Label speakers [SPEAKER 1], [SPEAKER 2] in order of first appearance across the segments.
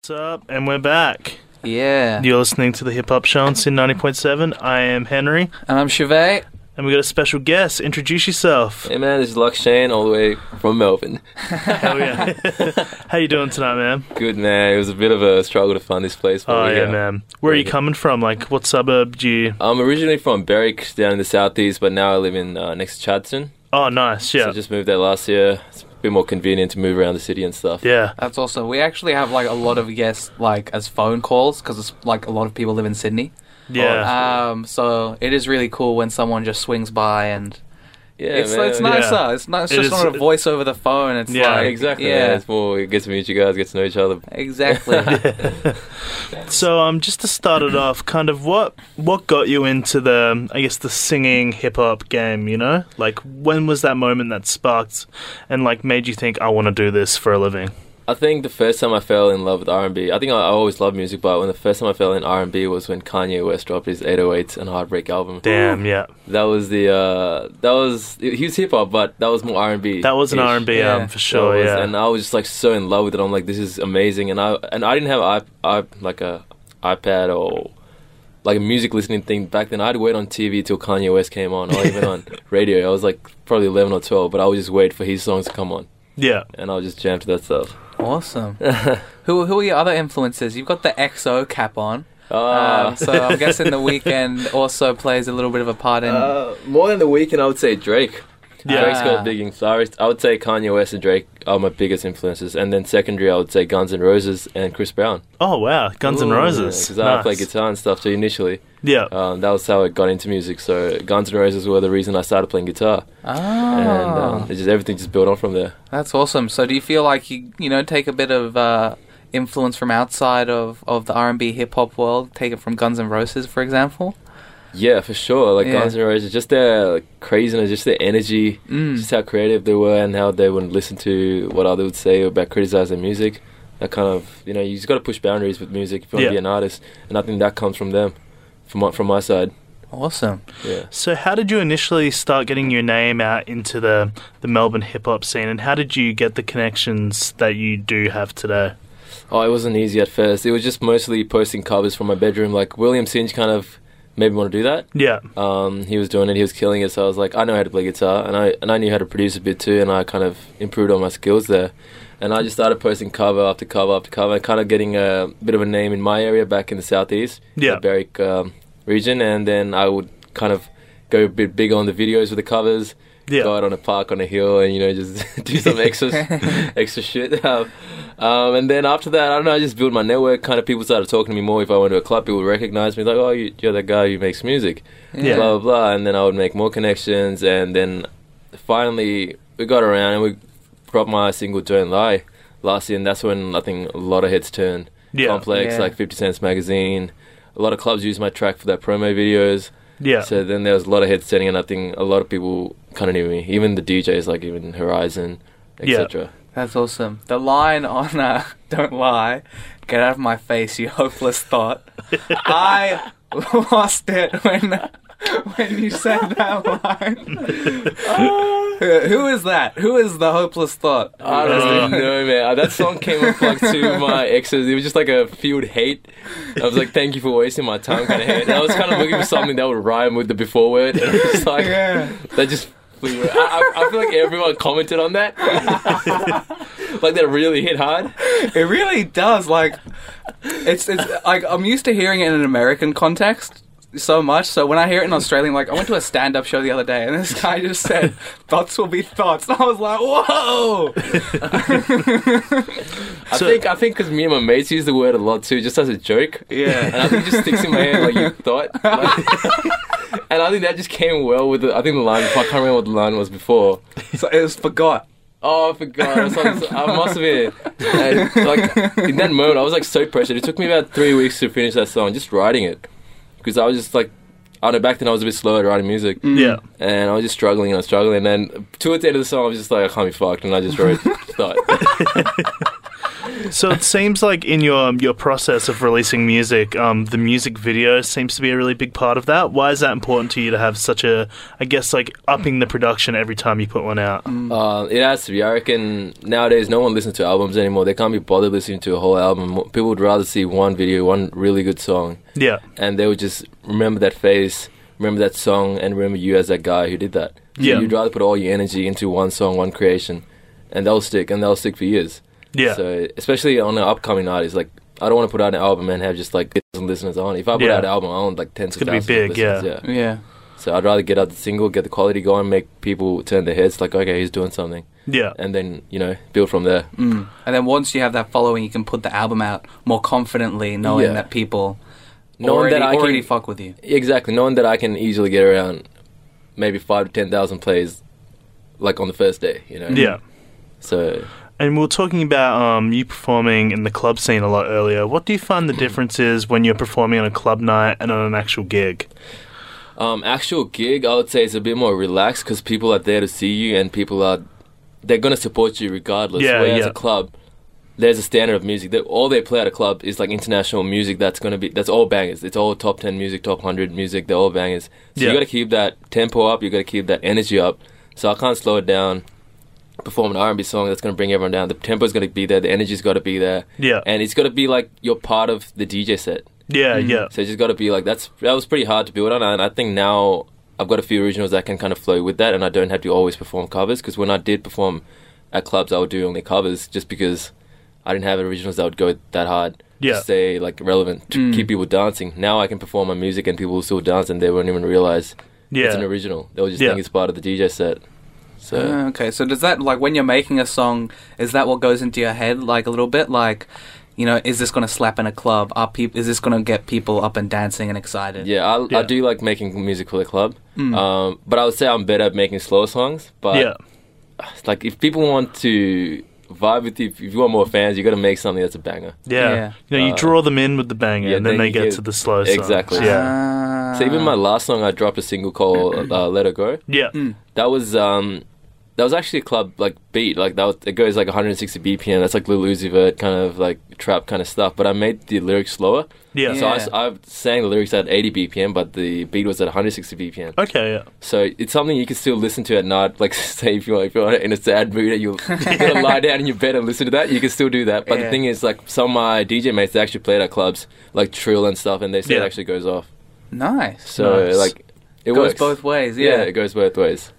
[SPEAKER 1] What's up? And we're back.
[SPEAKER 2] Yeah.
[SPEAKER 1] You're listening to the Hip Hop Show on Sin 90.7. I am Henry,
[SPEAKER 2] And I'm Chevet.
[SPEAKER 1] and we got a special guest. Introduce yourself.
[SPEAKER 3] Hey man, this is Luck Shane all the way from Melbourne.
[SPEAKER 1] Hell yeah. How you doing tonight, man?
[SPEAKER 3] Good man, it was a bit of a struggle to find this place. but
[SPEAKER 1] Oh,
[SPEAKER 3] we're
[SPEAKER 1] yeah,
[SPEAKER 3] here.
[SPEAKER 1] man. Where are you
[SPEAKER 3] Yeah.
[SPEAKER 1] coming from? Like, what suburb do you...
[SPEAKER 3] I'm originally from Berwick down in the southeast, but now I live in uh, next to Chadson.
[SPEAKER 1] Oh, nice. Yeah.
[SPEAKER 3] So just moved there last year. It's a bit more convenient to move around the city and stuff.
[SPEAKER 1] yeah.
[SPEAKER 2] That's awesome. We actually have like a lot of guests like as phone calls because it's like a lot of people live in Sydney.
[SPEAKER 1] Yeah.
[SPEAKER 2] Um, so it is really cool when someone just swings by and
[SPEAKER 3] yeah,
[SPEAKER 2] it's
[SPEAKER 3] man.
[SPEAKER 2] it's
[SPEAKER 1] nice.
[SPEAKER 2] nicer.
[SPEAKER 1] Yeah.
[SPEAKER 2] It's not it's
[SPEAKER 1] It
[SPEAKER 2] just
[SPEAKER 1] is-
[SPEAKER 2] not a voice over the phone. It's
[SPEAKER 1] Yeah,
[SPEAKER 3] Yeah,
[SPEAKER 2] like
[SPEAKER 3] exactly. Yeah,
[SPEAKER 2] Yeah,
[SPEAKER 3] it's more. It gets to meet you guys, gets to know each other.
[SPEAKER 2] exactly.
[SPEAKER 1] so, um, just to start it off, kind of what what got you into the, I guess, the singing hip-hop game, you know? Like, when was that moment that sparked and, like, made you think, I want to do this for a living?
[SPEAKER 3] I think the first time I fell in love with R&B, I think I, I always loved music, but when the first time I fell in R&B was when Kanye West dropped his 808s and Heartbreak album.
[SPEAKER 1] Damn, yeah.
[SPEAKER 3] That was the uh that was he was hip hop, but that was more R and B.
[SPEAKER 1] That was an R&B
[SPEAKER 2] Yeah.
[SPEAKER 1] album for sure, yeah.
[SPEAKER 3] And I was just like so in love with it. I'm like, this is amazing. And I and I didn't have i i like a iPad or like a music listening thing back then. I'd wait on TV till Kanye West came on, or even on radio. I was like probably 11 or 12, but I would just wait for his songs to come on,
[SPEAKER 1] yeah.
[SPEAKER 3] and I would just jam to that stuff.
[SPEAKER 2] awesome. who who are your other influences? You've got the XO cap on.
[SPEAKER 3] Ah.
[SPEAKER 2] Um, so I'm guessing the weekend also plays a little bit of a part in.
[SPEAKER 3] Uh, more than the weekend, I would say Drake.
[SPEAKER 1] Yeah.
[SPEAKER 3] Drake's got
[SPEAKER 2] Ah.
[SPEAKER 3] a big influence. I would say Kanye West and Drake are my biggest influences, and then secondary, I would say Guns N' Roses and Chris Brown.
[SPEAKER 1] Oh wow, Guns N'
[SPEAKER 2] Ooh,
[SPEAKER 1] Roses.
[SPEAKER 3] Because I play
[SPEAKER 1] Nice.
[SPEAKER 3] guitar and stuff too initially.
[SPEAKER 1] Yeah,
[SPEAKER 3] Um, that was how I got into music. So Guns N' Roses were the reason I started playing guitar,
[SPEAKER 2] Ah.
[SPEAKER 3] and um, it just everything just built on from there.
[SPEAKER 2] That's awesome. So, do you feel like you you know take a bit of uh, influence from outside of, of the R and B hip hop world? Take it from Guns N' Roses, for example.
[SPEAKER 3] Yeah, for sure. Like
[SPEAKER 2] Yeah.
[SPEAKER 3] Guns N' Roses, just their like, craziness, just their energy,
[SPEAKER 2] Mm.
[SPEAKER 3] just how creative they were, and how they wouldn't listen to what others would say about criticizing music. That kind of you know you just got to push boundaries with music if you want
[SPEAKER 1] Yeah.
[SPEAKER 3] to be an artist, and I think that comes from them, from my, from my side.
[SPEAKER 2] Awesome.
[SPEAKER 3] Yeah.
[SPEAKER 1] So how did you initially start getting your name out into the the Melbourne hip hop scene, and how did you get the connections that you do have today?
[SPEAKER 3] Oh, it wasn't easy at first. It was just mostly posting covers from my bedroom. Like William Singe kind of made me want to do that.
[SPEAKER 1] Yeah,
[SPEAKER 3] Um, he was doing it. He was killing it. So I was like, I know how to play guitar, and I and I knew how to produce a bit too, and I kind of improved on my skills there. And I just started posting cover after cover after cover, kind of getting a bit of a name in my area back in the southeast,
[SPEAKER 1] Yeah.
[SPEAKER 3] the Berwick um, region. And then I would kind of go a bit bigger on the videos with the covers,
[SPEAKER 1] yeah,
[SPEAKER 3] go out on a park on a hill, and you know just do some extra extra shit. Um, um, and then after that, I don't know, I just built my network. Kind of people started talking to me more. If I went to a club, people would recognize me, like, oh, you, you're that guy who makes music
[SPEAKER 1] Yeah.
[SPEAKER 3] blah blah blah, and then I would make more connections, and then finally we got around and we dropped my single "Don't Lie" last year, and that's when I think a lot of heads turned.
[SPEAKER 1] yeah,
[SPEAKER 3] Complex,
[SPEAKER 2] Yeah.
[SPEAKER 3] like Fifty Cent's magazine, a lot of clubs used my track for their promo videos.
[SPEAKER 1] yeah,
[SPEAKER 3] So then there was a lot of heads turning, and I think a lot of people kind of knew me, even the DJs like even Horizon,
[SPEAKER 1] Yeah.
[SPEAKER 3] etc.
[SPEAKER 2] That's awesome. The line on uh, "Don't lie, get out of my face, you hopeless thought." I lost it when when you said that line. Uh, Who- Who is that? Who is the hopeless thought?
[SPEAKER 3] I
[SPEAKER 1] Uh.
[SPEAKER 3] don't know, man. Uh, That song came up like to my exes. It was just like a field hate. I was like, "Thank you for wasting my time," kind of hate. And I was kind of looking for something that would rhyme with the before word. And it was like
[SPEAKER 2] Yeah.
[SPEAKER 3] that just. flew away. I, I, I feel like everyone commented on that. like that really hit hard.
[SPEAKER 2] It really does. Like, it's it's like I'm used to hearing it in an American context so much. So when I hear it in Australian, like I went to a stand-up show the other day, and this guy just said, "Thoughts will be thoughts," and I was like, "Whoa!"
[SPEAKER 3] I
[SPEAKER 1] So-
[SPEAKER 3] think I think because me and my mates use the word a lot too, just as a joke. And I
[SPEAKER 2] Yeah.
[SPEAKER 3] think it just sticks in my head like you thought. Like- and I think that just came well with the. I think the line. I can't remember what the line was before.
[SPEAKER 2] so it was forgot.
[SPEAKER 3] Oh, I forgot. I, was like, I must have been. And, like in that moment, I was like so pressured. It took me about three weeks to finish that song, just writing it, because I was just like, I don't know. Back then, I was a bit slow at writing music,
[SPEAKER 1] yeah.
[SPEAKER 3] and I was just struggling and I was struggling. And then towards the end of the song, I was just like, I can't be fucked, and I just wrote. thought.
[SPEAKER 1] So it seems like in your um, your process of releasing music, um, the music video seems to be a really big part of that. Why is that important to you to have such a, I guess, like upping the production every time you put one out?
[SPEAKER 3] Uh, it has to be. I reckon nowadays no one listens to albums anymore. They can't be bothered listening to a whole album. Mo- People would rather see one video, one really good song,
[SPEAKER 1] Yeah,
[SPEAKER 3] and they would just remember that face, remember that song, and remember you as that guy who did that. So
[SPEAKER 1] Yeah.
[SPEAKER 3] You'd rather put all your energy into one song, one creation, and that'll stick, and that'll stick for years.
[SPEAKER 1] yeah,
[SPEAKER 3] So especially on an upcoming artist, like I don't want to put out an album and have just like thousand listeners on. If I put
[SPEAKER 1] Yeah.
[SPEAKER 3] out an album, I want like
[SPEAKER 1] It's
[SPEAKER 3] tens of
[SPEAKER 1] gonna be
[SPEAKER 3] thousands of
[SPEAKER 1] big,
[SPEAKER 3] listeners,
[SPEAKER 1] yeah.
[SPEAKER 2] yeah.
[SPEAKER 3] So I'd rather get out the single, get the quality going, make people turn their heads, like okay, he's doing something,
[SPEAKER 1] yeah.
[SPEAKER 3] and then you know build from there.
[SPEAKER 2] Mm. And then once you have that following, you can put the album out more confidently, knowing
[SPEAKER 3] Yeah.
[SPEAKER 2] that people
[SPEAKER 3] Knowing
[SPEAKER 2] already,
[SPEAKER 3] that I
[SPEAKER 2] already
[SPEAKER 3] can
[SPEAKER 2] fuck with you.
[SPEAKER 3] exactly knowing that I can easily get around maybe five to ten thousand plays, like on the first day, you know.
[SPEAKER 1] Yeah.
[SPEAKER 3] So
[SPEAKER 1] And we were talking about um, you performing in the club scene a lot earlier. What do you find the difference is when you're performing on a club night and on an actual gig?
[SPEAKER 3] Um, actual gig, I would say it's a bit more relaxed because people are there to see you and people are they're gonna support you regardless.
[SPEAKER 1] Yeah,
[SPEAKER 3] Whereas
[SPEAKER 1] yeah.
[SPEAKER 3] a club, there's a standard of music that all they play at a club is like international music. That's gonna be that's all bangers. It's all top ten music, top hundred music. They're all bangers. So
[SPEAKER 1] Yeah.
[SPEAKER 3] you gotta keep that tempo up. You gotta keep that energy up. So I can't slow it down. Perform an R and B song that's gonna bring everyone down. The tempo's gonna be there. The energy's gotta be there.
[SPEAKER 1] Yeah.
[SPEAKER 3] And it's gotta be like you're part of the DJ set.
[SPEAKER 1] Yeah, yeah.
[SPEAKER 3] So you just got to be like that's that was pretty hard to build on, and I think now I've got a few originals that can kind of flow with that, and I don't have to always perform covers because when I did perform at clubs, I would do only covers just because I didn't have originals that would go that hard.
[SPEAKER 1] Yeah.
[SPEAKER 3] To stay like relevant to keep people dancing. Now I can perform my music and people will still dance, and they won't even realize it's
[SPEAKER 1] Yeah.
[SPEAKER 3] an original. They'll just
[SPEAKER 1] Yeah.
[SPEAKER 3] think it's part of the DJ set. So.
[SPEAKER 2] Ah, okay, so does that like when you're making a song, is that what goes into your head like a little bit? Like, you know, is this gonna slap in a club? Are peop- Is this gonna get people up and dancing and excited? Hmm.
[SPEAKER 3] Yeah, I,
[SPEAKER 1] Yeah.
[SPEAKER 3] I do like making music for the club,
[SPEAKER 2] Mm.
[SPEAKER 3] um, but I would say I'm better at making slower songs. But
[SPEAKER 1] yeah.
[SPEAKER 3] It's like if people want to vibe with you, if you want more fans, you got to make something that's a banger.
[SPEAKER 1] Yeah.
[SPEAKER 2] Yeah.
[SPEAKER 1] You know, you
[SPEAKER 3] Uh,
[SPEAKER 1] draw them in with the banger
[SPEAKER 3] yeah,
[SPEAKER 1] and then
[SPEAKER 3] then
[SPEAKER 1] they
[SPEAKER 3] you
[SPEAKER 1] get
[SPEAKER 3] get-
[SPEAKER 1] to the slow songs.
[SPEAKER 3] Exactly.
[SPEAKER 1] Yeah.
[SPEAKER 2] Ah.
[SPEAKER 3] So even my last song, I dropped a single called uh, "Let Her Go."
[SPEAKER 1] yeah.
[SPEAKER 2] Hmm.
[SPEAKER 3] That was um, that was actually a club like beat, like that. Was, it goes like 160 BPM. That's like Lil Uzi Vert kind of like trap kind of stuff. But I made the lyrics slower.
[SPEAKER 1] Yeah.
[SPEAKER 3] So I,
[SPEAKER 2] Yeah.
[SPEAKER 3] s- I sang the lyrics at 80 BPM, but the beat was at 160 BPM.
[SPEAKER 1] Okay, yeah.
[SPEAKER 3] So it's something you can still listen to at night. Like say if you're if you're in a sad mood and you you gotta lie down in your bed and listen to that, you can still do that. But
[SPEAKER 2] Yeah.
[SPEAKER 3] the thing is, like some of my DJ mates they actually play it at clubs, like Trill and stuff, and they say
[SPEAKER 1] Yeah.
[SPEAKER 3] it actually goes off.
[SPEAKER 2] nice.
[SPEAKER 3] So
[SPEAKER 1] Nice.
[SPEAKER 3] like it
[SPEAKER 2] goes
[SPEAKER 3] works
[SPEAKER 2] both ways.
[SPEAKER 3] Yeah.
[SPEAKER 2] Yeah.
[SPEAKER 3] it goes both ways.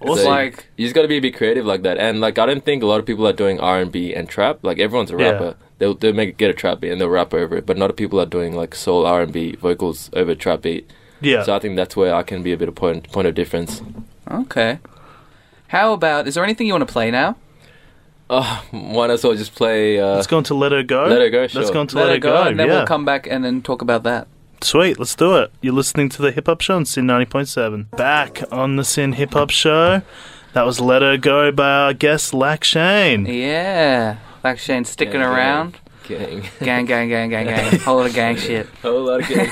[SPEAKER 1] Also,
[SPEAKER 3] So
[SPEAKER 2] like-
[SPEAKER 3] you just got to be a bit creative like that. And like I don't think a lot of people are doing R and B and trap. Like everyone's a
[SPEAKER 1] Yeah.
[SPEAKER 3] rapper. They'll they'll make get a trap beat and they'll rap over it. But not a lot of people are doing like soul R and B vocals over trap beat.
[SPEAKER 1] yeah.
[SPEAKER 3] So uh, I think that's where I can be a bit of point point of difference.
[SPEAKER 2] Okay. How about? Is there anything you want to play now?
[SPEAKER 3] Oh, might as well just play. Uh,
[SPEAKER 1] Let's go on to Let Her Go.
[SPEAKER 3] Let Her Go,
[SPEAKER 1] Let's
[SPEAKER 3] sure.
[SPEAKER 1] go on to Let, Her Go.
[SPEAKER 2] and then
[SPEAKER 1] yeah.
[SPEAKER 2] we'll come back and then talk about that.
[SPEAKER 1] Sweet, let's do it. You're listening to the Hip Hop Show on Sin 90.7. Back on the Sin Hip Hop Show. That was Let Her Go by our guest, Lack Shane.
[SPEAKER 2] Yeah, like Shane's sticking
[SPEAKER 3] Yeah, yeah.
[SPEAKER 2] around.
[SPEAKER 3] gang.
[SPEAKER 2] Gang, gang, gang, gang, gang. Whole lot of gang shit.
[SPEAKER 3] Whole lot of gang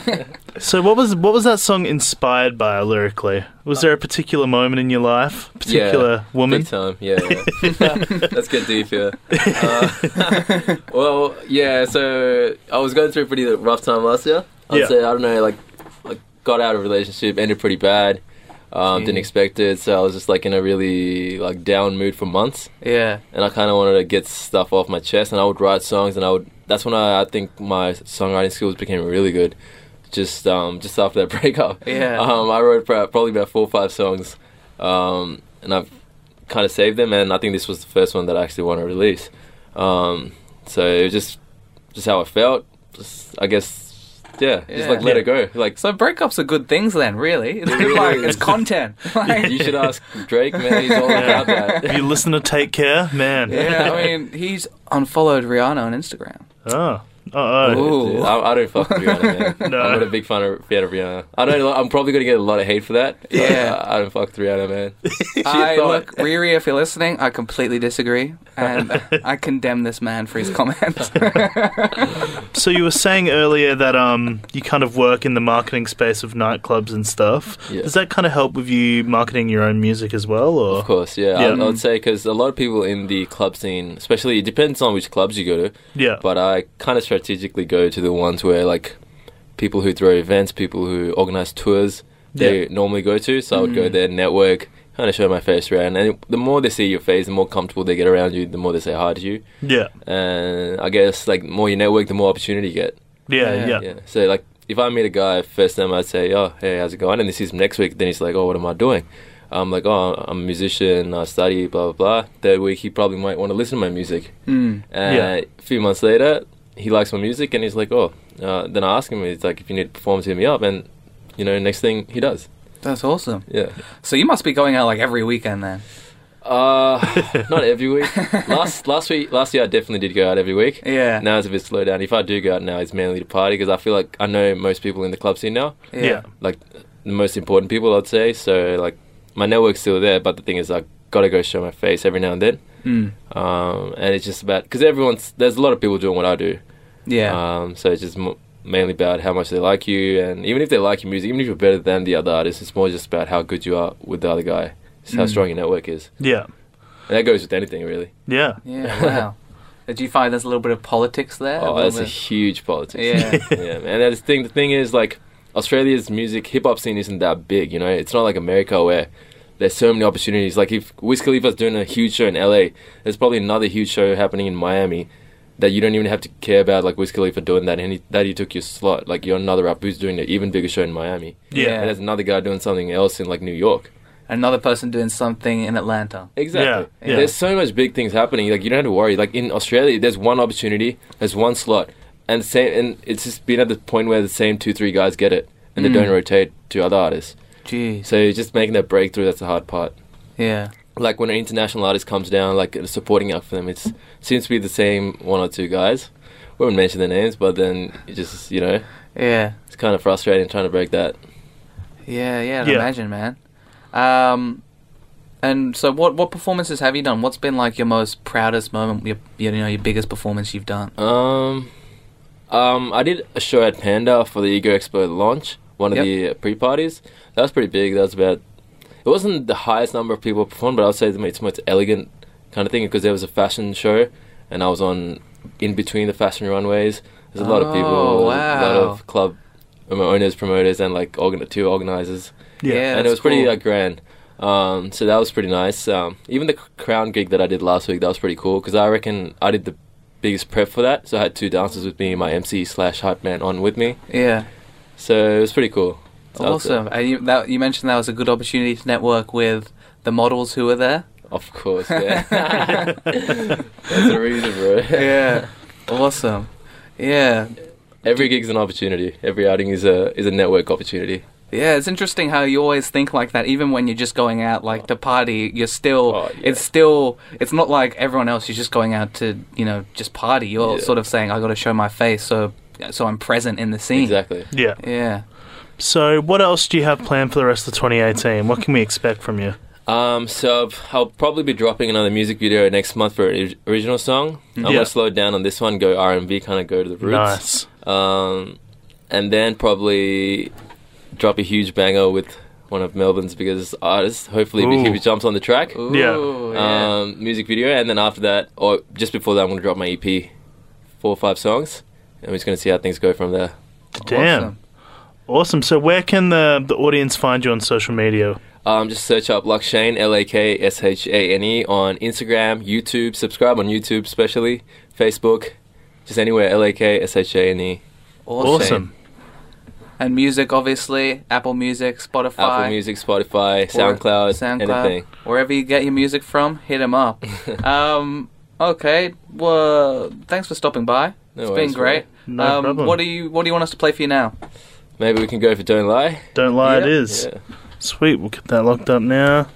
[SPEAKER 3] shit.
[SPEAKER 1] So, what was what was that song inspired by lyrically? Was there a particular moment in your life, particular woman?
[SPEAKER 3] Big time. Yeah. yeah. Let's get deep here. Uh, well, yeah. So I was going through a pretty rough time last year. I'd
[SPEAKER 1] Yeah.
[SPEAKER 3] say I don't know. Like, like got out of a relationship, ended pretty bad. Um,
[SPEAKER 1] Mm.
[SPEAKER 3] didn't
[SPEAKER 2] Jeez.
[SPEAKER 3] expect it, so I was just like in a really like down mood for months,
[SPEAKER 2] Yeah.
[SPEAKER 3] and I kind of wanted to get stuff off my chest, and I would write songs, and I would. That's when I, I think my songwriting skills became really good, just um, just after that breakup.
[SPEAKER 2] Yeah.
[SPEAKER 3] Um, I wrote pro- probably about four or five songs, um, and I've kind of saved them. And I think this was the first one that I actually want to release. Um, so it was just just how I felt. Just, I guess, yeah, just like
[SPEAKER 2] Yeah.
[SPEAKER 3] let it go. Like
[SPEAKER 2] So breakups are good things then, really. It's good, like it's content. Like,
[SPEAKER 3] you should ask Drake, man. He's all about
[SPEAKER 1] If
[SPEAKER 3] that.
[SPEAKER 1] you listen to Take Care, man.
[SPEAKER 2] yeah, I mean, he's unfollowed Rihanna on Instagram.
[SPEAKER 1] Oh, Uh oh.
[SPEAKER 2] Ooh.
[SPEAKER 3] Dude, I, I don't fuck with Rihanna. Man.
[SPEAKER 1] No.
[SPEAKER 3] I'm not a big fan of, fan of Rihanna. I know I'm probably gonna get a lot of hate for that. but
[SPEAKER 2] Yeah.
[SPEAKER 3] I, I don't fuck with Rihanna, man.
[SPEAKER 2] I
[SPEAKER 3] thought-
[SPEAKER 2] look, Riri, if you're listening, I completely disagree, and I condemn this man for his comments.
[SPEAKER 1] So you were saying earlier that um you kind of work in the marketing space of nightclubs and stuff.
[SPEAKER 3] Yeah.
[SPEAKER 1] Does that kind of help with you marketing your own music as well, or
[SPEAKER 3] Of course, yeah.
[SPEAKER 1] Yeah.
[SPEAKER 3] I, I would say because a lot of people in the club scene, especially, it depends on which clubs you go to.
[SPEAKER 1] yeah,
[SPEAKER 3] But I kind of strategically go to the ones where like people who throw events, people who organize tours, they normally go to. So I would
[SPEAKER 1] Mm.
[SPEAKER 3] go there, network, kind of show my face around. And the more they see your face, the more comfortable they get around you, the more they say hi to you.
[SPEAKER 1] yeah,
[SPEAKER 3] And I guess like the more you network, the more opportunity you get.
[SPEAKER 1] yeah, yeah,
[SPEAKER 2] Yeah,
[SPEAKER 1] yeah,
[SPEAKER 3] Yeah. So like if I meet a guy first time, I'd say, "Oh, hey, how's it going?" And then see him next week. Then he's like, "Oh, what am I doing?" I'm like, "Oh, I'm a musician. I study, blah blah blah." Third week, he probably might want to listen to my music.
[SPEAKER 2] Mm.
[SPEAKER 3] And
[SPEAKER 1] Yeah.
[SPEAKER 3] a few months later, he likes my music, and he's like, "Oh." Uh, then I ask him, he's like, "If you need to perform, hit me up." And you know, next thing he does.
[SPEAKER 2] That's awesome.
[SPEAKER 3] Yeah.
[SPEAKER 2] So you must be going out like every weekend then.
[SPEAKER 3] Uh, not every week. Last last week, last year, I definitely did go out every week.
[SPEAKER 2] Yeah.
[SPEAKER 3] Now it's a bit slow down. If I do go out now, it's mainly to party because I feel like I know most people in the club scene now.
[SPEAKER 1] yeah.
[SPEAKER 3] like the most important people I'd say. So like my network's still there, but the thing is I gotta go show my face every now and then.
[SPEAKER 2] Mm.
[SPEAKER 3] Um, and it's just about because everyone's there's a lot of people doing what I do.
[SPEAKER 2] Yeah.
[SPEAKER 3] Um, so it's just m- mainly about how much they like you, and even if they like your music, even if you're better than the other artist, it's more just about how good you are with the other guy. It's how
[SPEAKER 2] Mm.
[SPEAKER 3] strong your network is. And that goes with anything really.
[SPEAKER 1] yeah.
[SPEAKER 2] yeah. Wow. Did you find there's a little bit of politics there?
[SPEAKER 3] Oh,
[SPEAKER 2] little
[SPEAKER 3] that's a huge politics.
[SPEAKER 2] Yeah.
[SPEAKER 3] yeah, man. That's the thing. The thing is, like, Australia's music hip hop scene isn't that big. You know, it's not like America where there's so many opportunities. Like, if Wiz Khalifa's doing a huge show in LA, there's probably another huge show happening in Miami that you don't even have to care about. Like Wiz Khalifa doing that, and he, that he took your slot. Like, you're another rapper who's doing an even bigger show in Miami,
[SPEAKER 1] Yeah.
[SPEAKER 3] and there's another guy doing something else in like New York.
[SPEAKER 2] Another person doing something in Atlanta.
[SPEAKER 3] Exactly.
[SPEAKER 1] Yeah, yeah.
[SPEAKER 3] There's so much big things happening. Like you don't have to worry. Like in Australia, there's one opportunity, there's one slot, and same. And it's just been at the point where the same two, three guys get it, and they
[SPEAKER 1] Mm.
[SPEAKER 3] don't rotate to other artists.
[SPEAKER 2] Jeez.
[SPEAKER 3] So it's just making that breakthrough. That's the hard part.
[SPEAKER 2] Yeah.
[SPEAKER 3] Like when an international artist comes down, like a supporting act for them, it seems to be the same one or two guys. We won't mention their names, but then it just you know,
[SPEAKER 2] Yeah.
[SPEAKER 3] it's kind of frustrating trying to break that.
[SPEAKER 2] Yeah. Yeah. I'd
[SPEAKER 1] Yeah.
[SPEAKER 2] Imagine, man. Um, and so what? What performances have you done? What's been like your most proudest moment? Your, you know, your biggest performance you've done.
[SPEAKER 3] Um, um, I did a show at Panda for the Ego Expo launch, one of
[SPEAKER 2] Yep.
[SPEAKER 3] the pre parties. That was pretty big. That was about. It wasn't the highest number of people performed, but I would say it's the most elegant kind of thing because there was a fashion show, and I was on in between the fashion runways. There's a lot of people,
[SPEAKER 2] Oh,
[SPEAKER 3] a lot
[SPEAKER 2] wow.
[SPEAKER 3] of club um, owners, promoters, and like organ- two organizers
[SPEAKER 1] Yeah.
[SPEAKER 2] Yeah.
[SPEAKER 3] and
[SPEAKER 2] that's
[SPEAKER 3] it was pretty
[SPEAKER 2] cool.
[SPEAKER 3] like grand. Um, so that was pretty nice. Um, even the c- crown gig that I did last week, that was pretty cool because I reckon I did the biggest prep for that. So I had two dancers with me, my MC slash hype man on with me.
[SPEAKER 2] Yeah.
[SPEAKER 3] So it was pretty cool. So that was it.
[SPEAKER 2] Awesome. And you, that, you mentioned that was a good opportunity to network with the models who were there.
[SPEAKER 3] Of course, yeah. That's the reason, bro.
[SPEAKER 2] Yeah. awesome. Yeah.
[SPEAKER 3] Every gig's an opportunity. Every outing is a is a network opportunity.
[SPEAKER 2] Yeah, it's interesting how you always think like that. Even when you're just going out like to party, you're still.
[SPEAKER 3] Oh, yeah.
[SPEAKER 2] It's still. It's not like everyone else. You're just going out to you know just party. You're
[SPEAKER 3] Yeah.
[SPEAKER 2] sort of saying I got to show my face, so so I'm present in the scene.
[SPEAKER 3] Exactly.
[SPEAKER 1] Yeah.
[SPEAKER 2] Yeah.
[SPEAKER 1] So, what else do you have planned for the rest of 2018? What can we expect from you?
[SPEAKER 3] Um, so I've- I'll probably be dropping another music video next month for an orig- original song. I'm
[SPEAKER 1] Yeah.
[SPEAKER 3] gonna slow down on this one, go R and B, kind of go to the roots.
[SPEAKER 1] Nice.
[SPEAKER 3] um, and then probably drop a huge banger with one of Melbourne's biggest artists. Hopefully,
[SPEAKER 1] Ooh.
[SPEAKER 3] if he jumps on the track,
[SPEAKER 1] Yeah.
[SPEAKER 2] Ooh, yeah.
[SPEAKER 3] um, music video, and then after that, or just before that, I'm gonna drop my EP, four or five songs, and we're just gonna see how things go from there.
[SPEAKER 1] Damn. Awesome.
[SPEAKER 2] Awesome.
[SPEAKER 1] So, where can the the audience find you on social media?
[SPEAKER 3] Um, just search up Lakshane L A K S H A N E on Instagram, YouTube. Subscribe on YouTube, especially Facebook, just anywhere L A K S H A N E.
[SPEAKER 2] Awesome.
[SPEAKER 1] Awesome.
[SPEAKER 2] And music, obviously, Apple Music, Spotify,
[SPEAKER 3] Apple Music, Spotify,
[SPEAKER 2] or-
[SPEAKER 3] SoundCloud, anything.
[SPEAKER 2] Wherever you get your music from, hit him up. um, okay. Well, thanks for stopping by.
[SPEAKER 3] No
[SPEAKER 2] it's
[SPEAKER 3] worries,
[SPEAKER 2] been great.
[SPEAKER 1] No
[SPEAKER 2] um,
[SPEAKER 1] problem.
[SPEAKER 2] What do you What do you want us to play for you now?
[SPEAKER 3] Maybe we can go for Don't Lie.
[SPEAKER 1] Don't lie, Oh, it
[SPEAKER 2] Yeah.
[SPEAKER 1] is.
[SPEAKER 3] Yeah.
[SPEAKER 1] Sweet. We'll get that locked up now.